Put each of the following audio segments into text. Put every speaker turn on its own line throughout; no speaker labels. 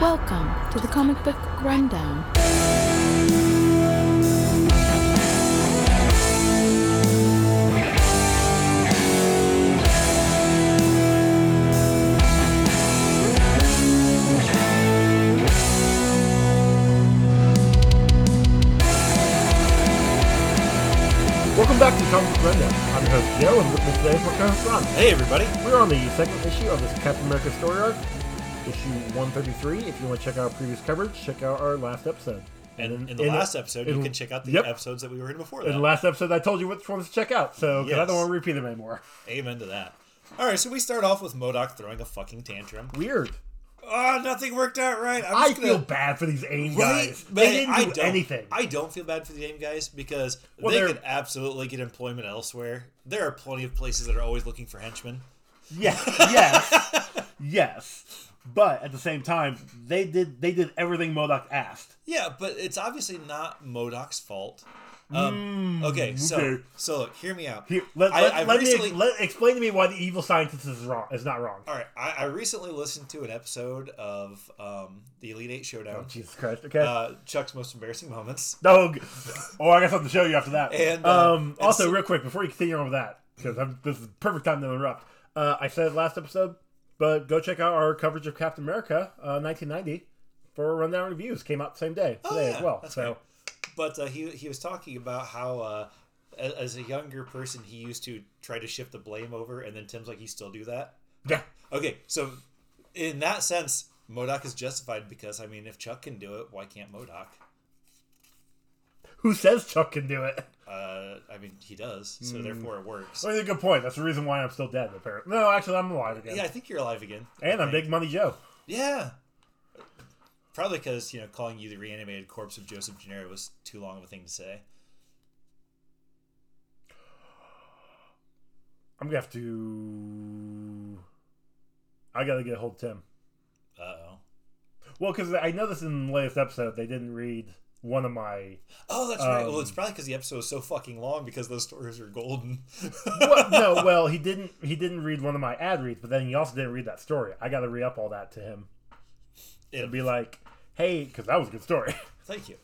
Welcome to the Comic Book Rundown.
Welcome back to Comic Book Rundown. I'm your host Joe, and with me today is my co-host Ron.
Hey everybody!
We're on the second issue of this Captain America story arc, issue 133. If you want to check out previous coverage, check out our last episode.
And in the
in-
last episode,
in-
you can check out the
yep.
episodes that we were in before
In the
that.
last episode, I told you which ones to check out, so 'cause I
Yes.
don't want to repeat them anymore.
Amen to that. All right, so we start off with Modoc throwing a fucking tantrum.
Weird.
Oh, nothing worked out right. I'm
I
just gonna-
feel bad for these AIM
Right?
guys.
Man,
They didn't
I
do
don't-
anything.
I don't feel bad for the AIM guys because
Well,
they
they're-
could absolutely get employment elsewhere. There are plenty of places that are always looking for henchmen.
Yeah, yes, yes. But at the same time, they did they did everything Modoc asked.
Yeah, but it's obviously not Modoc's fault. Um, okay, so
Hmm, okay.
so look, hear me out.
Here, let,
I-
let,
I
let
recently- Uh,
me let, explain to me why the evil scientist is wrong. Is not wrong.
all right, I, I recently listened to an episode of um, the Elite Eight Showdown,
Jesus Christ. Okay.
uh, Chuck's most embarrassing moments.
No. g- Oh, I guess I'll have to show you after that.
And, uh,
um,
and
also,
so-
real quick, before you continue on with that, because this is the perfect time to interrupt. Uh, I said last episode, but go check out our coverage of Captain America, uh, 1990, for rundown reviews. Came out the same day today
Oh, yeah,
as well.
that's
So
right. But uh, he he was talking about how uh, a- as a younger person he used to try to shift the blame over, and then Tim's like you still do that.
yeah,
Okay, so in that sense, Modoc is justified because I mean, if Chuck can do it, why can't Modoc?
who says Chuck can do it?
Uh, I mean, he does,
Hmm.
so therefore it works.
That's a good point. That's the reason why I'm still dead. Apparently, no, actually, I'm alive again,
Yeah, I think you're alive again.
and
I
I'm
think.
Big Money Joe.
Yeah. Probably because you know calling you the reanimated corpse of Joseph Gennaro was too long of a thing to say.
I'm gonna have to. I gotta get a hold of Tim.
Uh oh.
Well, because I noticed in the latest episode they didn't read one of my.
Oh, that's right. Well,
Um,
it's probably because the episode was so fucking long because those stories are golden.
Well, no, well he didn't. He didn't read one of my ad reads, but then he also didn't read that story. I got to re up all that to him
It'll
and be like, "Hey, because that was a good story."
Thank you.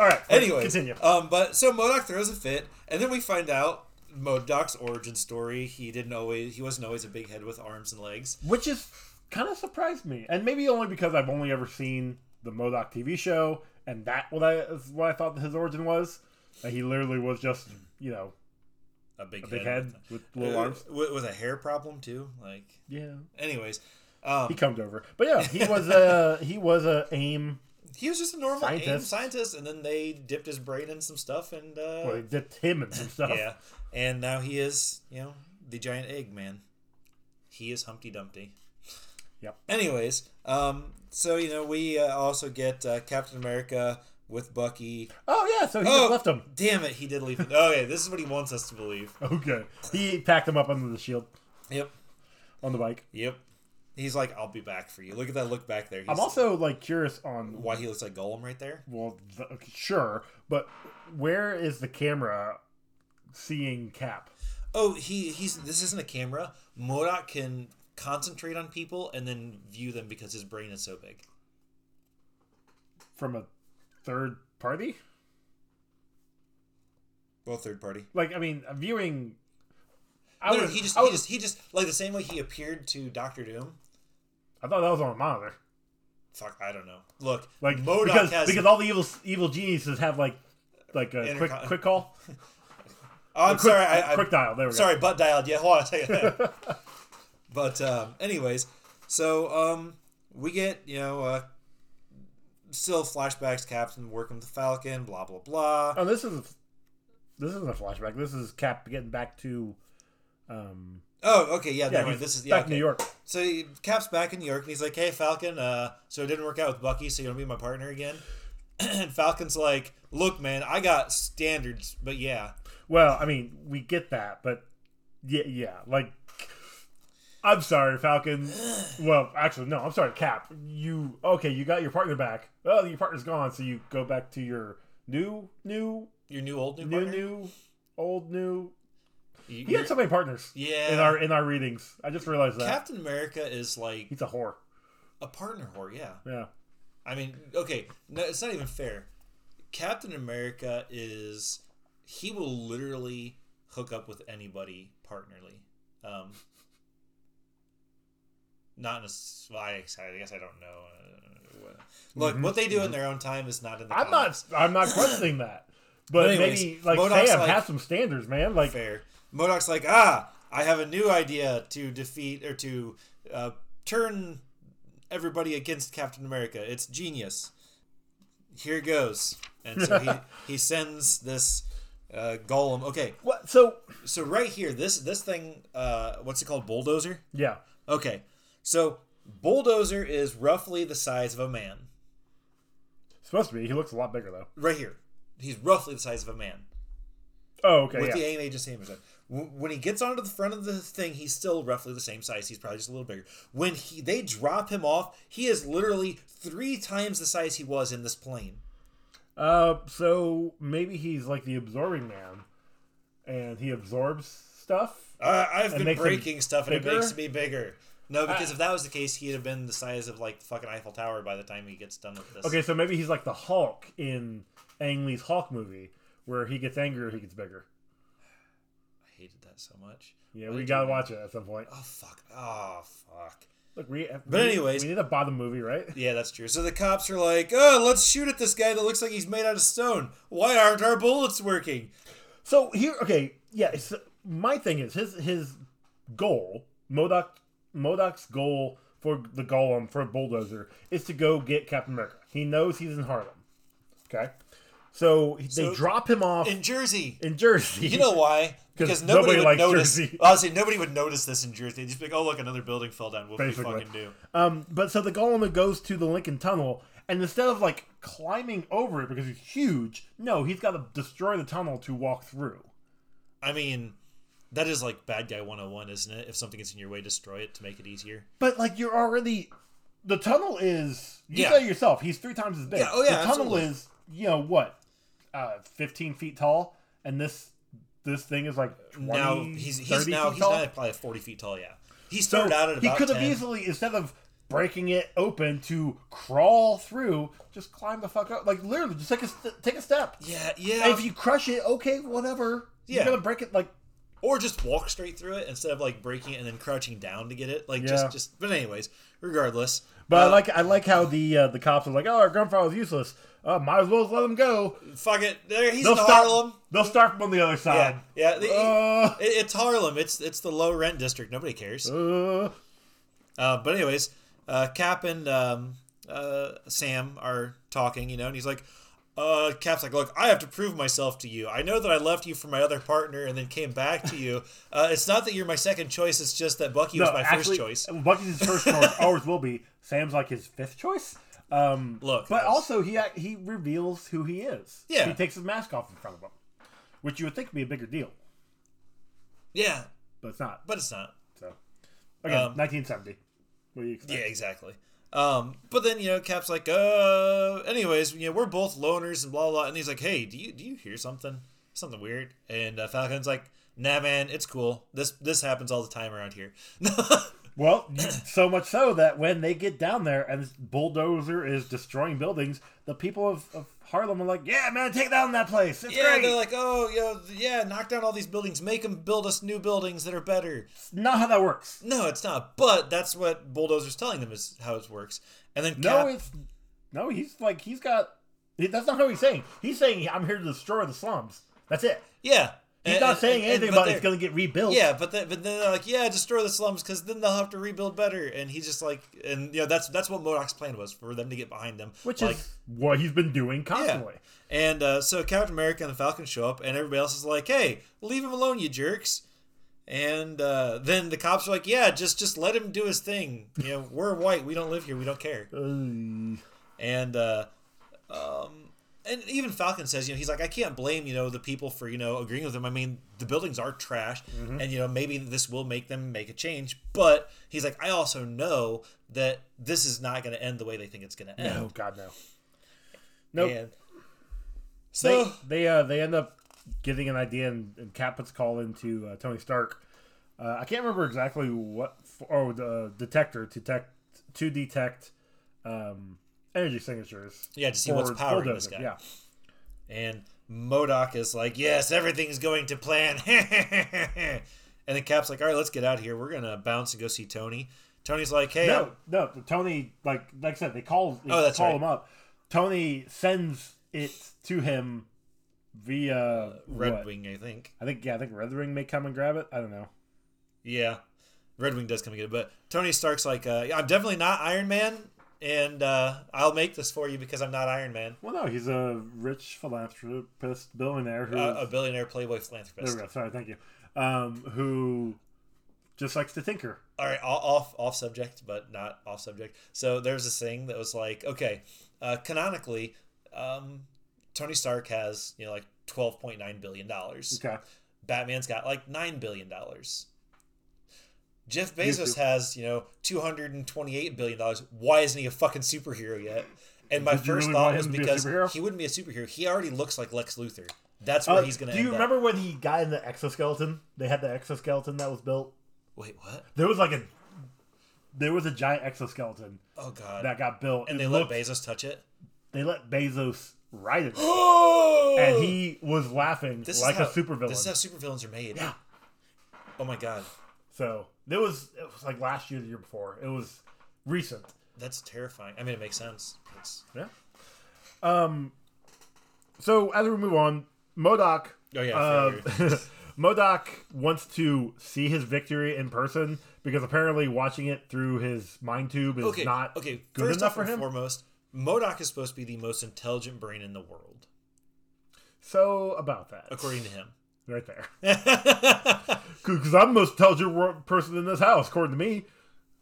all right.
anyway,
continue.
Um, but so Modoc throws a fit, and then we find out Modoc's origin story. He didn't always. He wasn't always a big head with arms and legs.
Which is kind of surprised me, and maybe only because I've only ever seen the Modoc TV show, and that what I is what I thought his origin was. That he literally was just you know
A big,
a big head with little
Uh,
arms.
With, with a hair problem too. Like,
Yeah.
anyways,
He
um,
comes over, but yeah, he was a he was a aim.
he was just a normal AIM
Scientist.
scientist, and then they dipped his brain in some stuff, and uh,
Well, they dipped him in some stuff.
yeah, and now he is, you know, the giant egg man. He is Humpty Dumpty.
Yep.
Anyways, um, so you know, we uh, also get uh, Captain America with Bucky.
Oh yeah, so he
Oh.
just left him.
Damn it, he did leave. It. Okay, this is what he wants us to believe.
Okay. He packed him up under the shield
Yep.
on the bike.
Yep. He's like, I'll be back for you. Look at that look back there. He's,
I'm also like curious on
why he looks like Golem right there.
well, th- sure, but where is the camera seeing Cap?
Oh, he he's this isn't a camera. Modoc can concentrate on people and then view them because his brain is so big.
from a third party?
Well, third party.
Like, I mean, viewing. I
No, no,
was,
he just
I,
he
was,
just he just like the same way he appeared to Doctor Doom.
I thought that was on a monitor.
Fuck, I don't know. Look,
Like,
like Modoc
because,
has.
because all the evil evil geniuses have like like a quick
Intercom.
quick call,
oh, I'm
quick,
sorry, I, I,
quick dial. There we
sorry, butt dialed. Yeah, hold on, I'll tell you that. but um, anyways, so um, we get you know uh, still flashbacks. Captain working with the Falcon, blah blah blah.
go. Oh, this is this isn't a flashback. This is Cap getting back to. Um,
Oh, okay, yeah,
yeah,
never mind.
he's
This is yeah,
back in
okay.
New York.
So he, Cap's back in New York, and he's like, "Hey, Falcon. Uh, so it didn't work out with Bucky, so you want to be my partner again?" and Falcon's like, "Look, man, I got standards, but yeah."
Well, I mean, we get that, but yeah, yeah, like I'm sorry, Falcon. Well, actually, no, I'm sorry, Cap. You okay? You got your partner back. Well, your partner's gone, so you go back to your new, new,
Your new old new
new,
partner.
new, old, new.
You-
He had so many partners
yeah.
in our in our readings. I just realized that
Captain America is like
he's a whore.
A partner whore, yeah.
Yeah.
I mean, okay, no, it's not even fair. Captain America is he will literally hook up with anybody partnerly. Um, not in a s- well, I I guess I don't know. Uh, what- Look, what they do in their own time is not in the.
Mm-hmm. I'm
comics.
not. I'm not questioning that. But
anyways,
maybe like
Modok's
Sam
like-
have some standards, man. Like
fair. Modoc's like, ah, I have a new idea to defeat or to uh, turn everybody against Captain America. It's genius. Here goes. And so he, he sends this uh, golem. Okay,
what? So
so right here, this this thing, uh, what's it called? Bulldozer.
yeah,
Okay, so bulldozer is roughly the size of a man.
supposed to be. He looks a lot bigger though.
Right here, he's roughly the size of a man.
Oh, okay.
with
yeah.
the AIM agency Amazon. When he gets onto the front of the thing, he's still roughly the same size. He's probably just a little bigger. When he they drop him off, he is literally three times the size he was in this plane.
Uh, so maybe he's like the absorbing man, and he absorbs stuff.
Uh, I've been
makes him
breaking stuff, and it
bigger?
makes me bigger. No, because if that was the case, he'd have been the size of like the fucking Eiffel Tower by the time he gets done with this.
Okay, so maybe he's like the Hulk in Ang Lee's Hulk movie, where he gets angrier, he gets bigger.
I hated that so much.
Yeah,
Why
we
did
gotta
you-
watch it at some point.
Oh fuck! Oh fuck!
Look, we.
But
we-
anyways-
we need a bottom movie, right?
Yeah, that's true. So the cops are like, "Oh, let's shoot at this guy that looks like he's made out of stone. Why aren't our bullets working?"
So here, okay, yeah. It's, my thing is his his goal, Modoc Modoc's goal for the Golem for Bulldozer is to go get Captain America. He knows he's in Harlem. Okay, so, he-
So-
they drop him off in,
In Jersey,
Jersey.
You know why?
'Cause
Because nobody,
nobody
would
likes
notice.
Jersey.
Honestly, nobody would notice this in Jersey. They'd just be like, "Oh, look, another building fell down. What
Basically.
we fucking do?"
Um, but so the golem goes to the Lincoln Tunnel, and instead of like climbing over it because he's huge, no, he's got to destroy the tunnel to walk through.
I mean, that is like bad guy 101, isn't it? If something gets in your way, destroy it to make it easier.
But like you're already, the tunnel is you
Yeah.
said it yourself he's three times as big.
Yeah, oh yeah,
the tunnel
absolutely.
is you know what, uh, fifteen feet tall, and this this thing is like 20,
now he's he's
30
now
feet
he's
tall.
now probably 40 feet tall. Yeah, he
So
started out at about.
he could have
10.
easily instead of breaking it open to crawl through, just climb the fuck up. Like literally, just take a st- take a step.
Yeah, yeah.
And if you crush it, okay, whatever.
Yeah.
You're gonna break it like
or just walk straight through it instead of like breaking it and then crouching down to get it. Like
Yeah.
just just. But anyways, regardless.
but I
uh,
like I like how the uh, the cops are like, Oh our gunfire was useless. Uh, might as well just let him go.
Um, fuck it. There he's
They'll
in Harlem.
stop Oh. they'll start from on the other side.
Yeah, yeah. they-
Uh.
it- it's Harlem. It's it's the low rent district. Nobody cares.
Uh,
Uh, but anyways, uh, Cap and um, uh, Sam are talking, you know, and he's like, uh, Cap's like, look, I have to prove myself to you. I know that I left you for my other partner and then came back to you. Uh, it's not that you're my second choice. It's just that Bucky was
no,
my
actually, uh,
first choice.
Bucky's his first choice, ours will be. Sam's like his fifth choice. Um
Look,
But
that's-
also he ac- he reveals who he is.
Yeah.
He takes his mask off in front of him. Which you would think would be a bigger deal,
Yeah,
but it's not.
but it's not.
So again,
Um,
nineteen seventy. What do you expect?
Yeah, exactly. Um, but then you know, Cap's like, uh, anyways, you know, we're both loners and blah blah. And he's like, hey, do you do you hear something? Something weird? And uh, Falcon's like, nah, man, it's cool. This this happens all the time around here.
Well, you- so much so that when they get down there and this bulldozer is destroying buildings, the people of, of Harlem are like, "Yeah, man, take down that place. It's
yeah,
great."
they're like, oh, you know, yeah, knock down all these buildings, make them build us new buildings that are better.
It's not how that works.
No, it's not. But that's what Bulldozer's telling them is how it works. And then
No,
Cap,
it's no. He's like, he's got. he- That's not how he's saying. He's saying, "I'm here to destroy the slums." That's it.
yeah,
He's
And-
not
and-
saying
and-
anything
but
about
they're-
it's going to get rebuilt.
Yeah, but then, but then they're like, yeah, destroy the slums because then they'll have to rebuild better. And he's just like, and you know, that's that's what Modoc's plan was for them to get behind them,
which
like,
is what he's been doing
yeah.
constantly.
And uh, so Captain America and the Falcon show up, and everybody else is like, hey, leave him alone, you jerks. And uh, then the cops are like, yeah, just just let him do his thing. You know, we're white, we don't live here, we don't care.
Uh,
And uh, um, and even Falcon says, you know, he's like, I can't blame you know the people for you know agreeing with them. I mean, the buildings are trash,
Mm-hmm.
and you know maybe this will make them make a change. But he's like, I also know that this is not going to end the way they think it's going to end.
oh God, no. Nope.
And so
they they uh, they end up getting an idea, and, and Cap puts a call into uh, Tony Stark. Uh, I can't remember exactly what for, oh the uh, detector to detect to detect um, energy signatures.
Yeah, to see what's
for
powering this
bulldozing.
guy.
Yeah,
And Modoc is like, yes, everything's going to plan. and then Cap's like, all right, let's get out of here. We're going to bounce and go see Tony. Tony's like, hey,
no, no. Tony, like like I said, they call they
Oh, that's
call
right.
him up. Tony sends it to him via
Red
what?
Wing, I think.
I think yeah, I think Red Wing may come and grab it. I don't know.
Yeah, Red Wing does come and get it, but Tony Stark's like, uh, "Yeah, I'm definitely not Iron Man, and uh, I'll make this for you because I'm not Iron Man,
Well, no, he's a rich philanthropist billionaire who.
uh, a billionaire
there
playboy
we
philanthropist.
go. Sorry, thank you. Um, who just likes to tinker.
All right, all, off off subject, but not off subject. So there's this thing that was like, okay, uh, canonically, um, Tony Stark has you know like 12.9 billion dollars.
Okay.
Batman's got like nine billion dollars. Jeff
He's
Bezos
the-
has, you know, two hundred and twenty-eight billion dollars. Why isn't he a fucking superhero yet? And my
Did you
first
really
thought
want
was
him to be a
because
superhero?
he wouldn't be a superhero. He already looks like Lex Luthor. That's where
Uh,
he's gonna.
do you
end up.
remember when he got in the exoskeleton? They had the exoskeleton that was built.
Wait, what?
There was like a there was a giant exoskeleton
Oh god!
that got built,
and
It
they let
looked-
Bezos touch it.
they let Bezos ride it,
Oh!
and he was laughing
this
like
is how,
a supervillain.
This is how supervillains are made.
Yeah.
Oh my god,
so there was it was like last year, the year before. It was recent.
that's terrifying. I mean, it makes sense. It's-
Yeah. Um. So as we move on, Modoc.
Oh, yeah,
Uh, Modoc wants to see his victory in person because apparently watching it through his mind tube is
okay,
not
okay.
good
First
enough
off
for
and
him.
Foremost, Modoc is supposed to be the most intelligent brain in the world,
So about that,
according to him.
right there, because I'm the most intelligent wor- person in this house, according to me.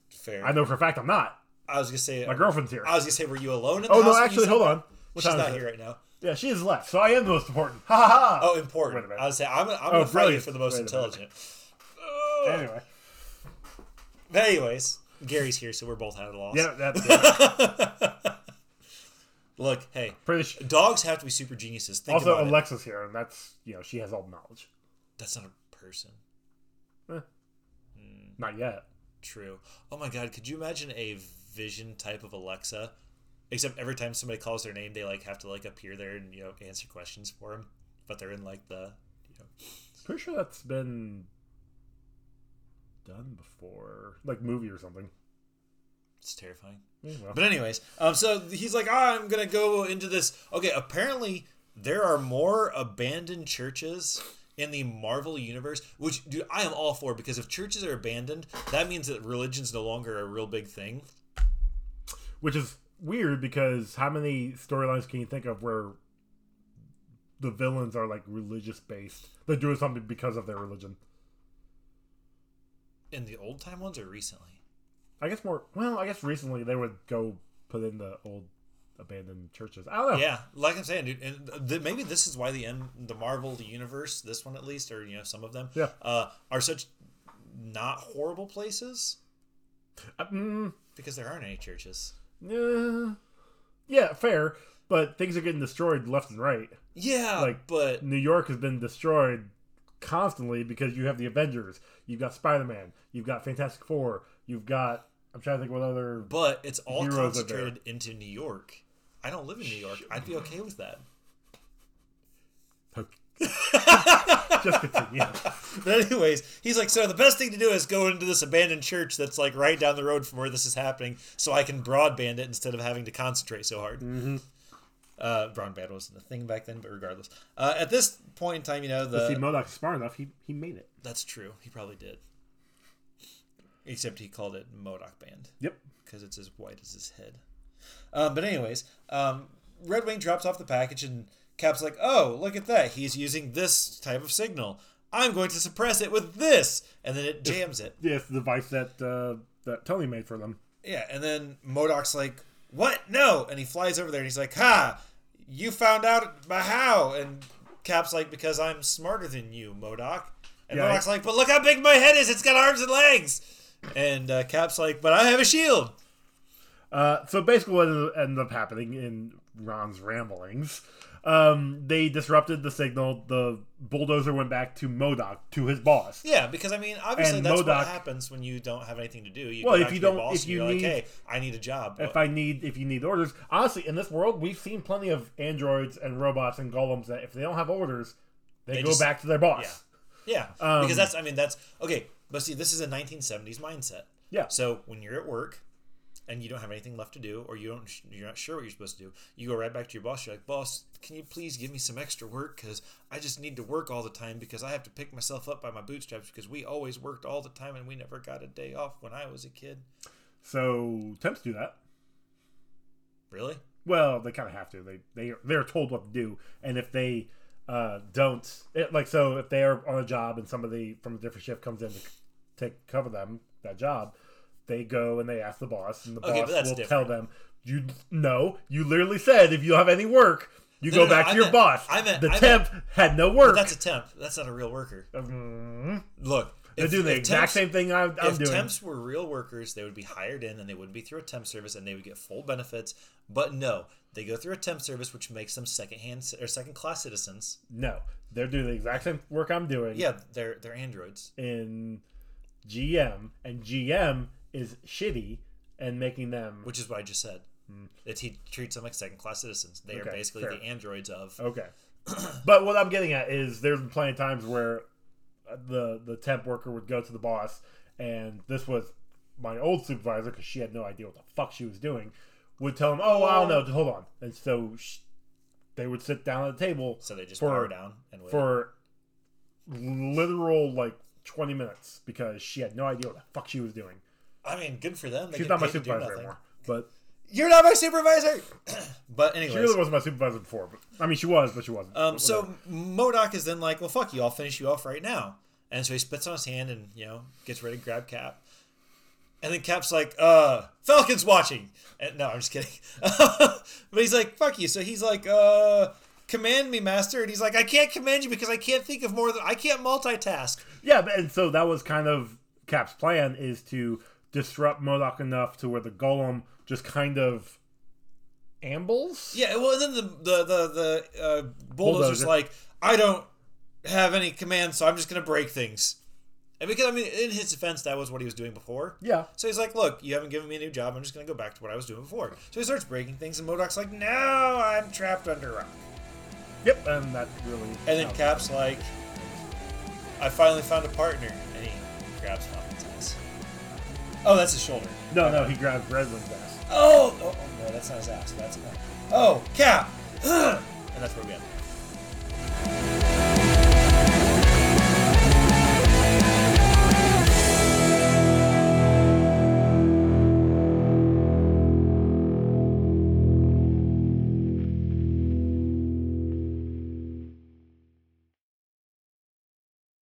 Fair.
I know for a fact I'm not.
I was gonna say.
My girlfriend's here.
I was gonna say, were you alone in the
oh
house?
no,
when you
actually,
said
hold
that?
on. What
She's
time is
not
it?
here right now.
Yeah, she is left, so I am the most important. Ha ha ha.
Oh, important.
Wait a minute. Oh,
I was say, I'm, I'm gonna fight you
brilliant.
for the most
Wait a minute.
intelligent. Ugh.
Anyway,
But anyways, Gary's here, so we're both at a loss.
yeah, that's yeah.
Look, hey,
pretty. Sh-
dogs have to be super geniuses. Think
also,
about it.
Alexa's here, and that's you know she has all the knowledge.
That's not a person.
Not yet.
True. Oh my God, could you imagine a vision type of Alexa? Except every time somebody calls their name, they like have to like appear there and you know answer questions for them, but they're in like the you know
Pretty sure that's been done before, like movie or something.
it's terrifying.
Yeah, well.
But anyways, um, so he's like, ah, I'm gonna go into this. Okay, apparently there are more abandoned churches in the Marvel universe, which dude, I am all for because if churches are abandoned, that means that religion's no longer a real big thing.
Which is weird because how many storylines can you think of where the villains are like religious based? They're doing something because of their religion.
In the old time ones or recently?
I guess more. Well, I guess recently they would go put in the old abandoned churches. I don't know.
Yeah, like I'm saying, dude, and th- th- maybe this is why the end, the Marvel universe, this one at least, or you know, some of them,
Yeah.
uh, are such not horrible places
Uh, mm,
because there aren't any churches.
yeah. yeah, fair. But things are getting destroyed left and right.
Yeah,
Like,
but
New York has been destroyed constantly because you have the Avengers, you've got Spider Man, you've got Fantastic Four, you've got I'm trying to think what other
but it's all
Heroes are
concentrated into New York. I don't live in New York. I'd be okay with that.
just continue.
But anyways, he's like, so the best thing to do is go into this abandoned church that's like right down the road from where this is happening, so I can broadband it instead of having to concentrate so hard. Mm-hmm. Uh, broadband wasn't a thing back then, but regardless, uh, at this point in time, you know
See,
the
Modoc's smart enough; he he made it.
that's true. He probably did, except he called it Modoc Band.
Yep.
because it's as white as his head. Um, but anyways, um, Red Wing drops off the package, and Cap's like, "Oh, look at that! He's using this type of signal. I'm going to suppress it with this," and then it jams it.
Yeah, it's the device that uh, that Tony made for them.
Yeah, and then Modoc's like, "What? No!" And he flies over there, and he's like, "Ha! You found out by how?" And Cap's like, "Because I'm smarter than you, Modoc." And
Yeah, I-
Modoc's like, "But look how big my head is! It's got arms and legs." And uh, Cap's like, "But I have a shield."
Uh, so basically, what ended up happening in Ron's ramblings, um, they disrupted the signal. The bulldozer went back to Modoc to his boss.
Yeah, because I mean, obviously
And
that's
MODOK
what happens when you don't have anything to do. You
Well,
go
if
back
you
to your
don't-
boss
if
and
you
you're
need-
like, hey, I need a job.
If I need, if you need orders, honestly, in this world, we've seen plenty of androids and robots and golems that if they don't have orders, they,
They
go
just-
back to their boss.
yeah,
Um,
because that's I mean that's okay. But see, this is a 1970s mindset.
Yeah.
So when you're at work and you don't have anything left to do, or you don't, you're not sure what you're supposed to do, you go right back to your boss. You're like, boss, can you please give me some extra work? Because I just need to work all the time because I have to pick myself up by my bootstraps because we always worked all the time and we never got a day off when I was a kid.
So temps do that.
Really?
Well, they kind of have to. They they they're told what to do, and if they uh, don't, it, like so, if they are on a job and somebody from a different shift comes in to c- take cover them that job, they go and they ask the boss, and the
Okay, but
boss will
that's
tell
different.
them, "You no, you literally said if you don't have any work, you
No,
go
no, no,
back
I
to your
meant-
boss."
I meant-
the
I meant-
temp had no work.
That's a temp. That's not a real worker.
Mm,
Look,
they're
if-
doing the
if
exact
temps-
same thing I, I'm
if
doing.
temps were real workers, they would be hired in and they would be through a temp service and they would get full benefits. But no, they go through a temp service, which makes them secondhand ci- or second class citizens.
no, they're doing the exact same work I'm doing.
Yeah, they're they're androids.
in GM, and GM is shitty and making them
which is what I just said. That he treats them like second class citizens. They
Mm. Okay,
are basically
fair. Oh,
the androids of.
okay. but what I'm getting at is there's been plenty of times where the the temp worker would go to the boss, and this was my old supervisor because she had no idea what the fuck she was doing. Would tell him, "Oh, well, I don't know. Hold on," and so sh they would sit down at the table
So they just
For-
power down and wait.
for literal like 20 minutes because she had no idea what the fuck she was doing.
I mean, good for them. They
She's
get
not my
paid to do
supervisor
nothing.
anymore, but
You're not my supervisor. but anyways,
She really wasn't my supervisor before. But, I mean, she was, but she wasn't.
Um, so Modoc is then like, "Well, fuck you! I'll finish you off right now." And so he spits on his hand and you know gets ready to grab Cap. And then Cap's like, "Uh, Falcon's watching." And, no, I'm just kidding. but he's like, "Fuck you!" So he's like, "Uh, command me, master." And he's like, "I can't command you because I can't think of more than I can't multitask."
yeah, but- and so that was kind of Cap's plan is to disrupt Modoc enough to where the Golem just kind of ambles.
Yeah. Well, and then the the the, the uh, bulldozer's
Bulldozer.
like, "I don't have any command, so I'm just gonna break things." And because I mean, in his defense, that was what he was doing before.
Yeah.
So he's like, "Look, you haven't given me a new job. I'm just gonna go back to what I was doing before." So he starts breaking things, and Modoc's like, "No, I'm trapped under a rock."
Yep. And that really.
And then Cap's like, "I finally found a partner," and he grabs Falcon's ass. Oh, that's his shoulder.
no, no, he grabbed Redwing's ass.
Oh, oh, oh, no, that's not his ass. That's oh, Cap. Ugh. and that's where we end.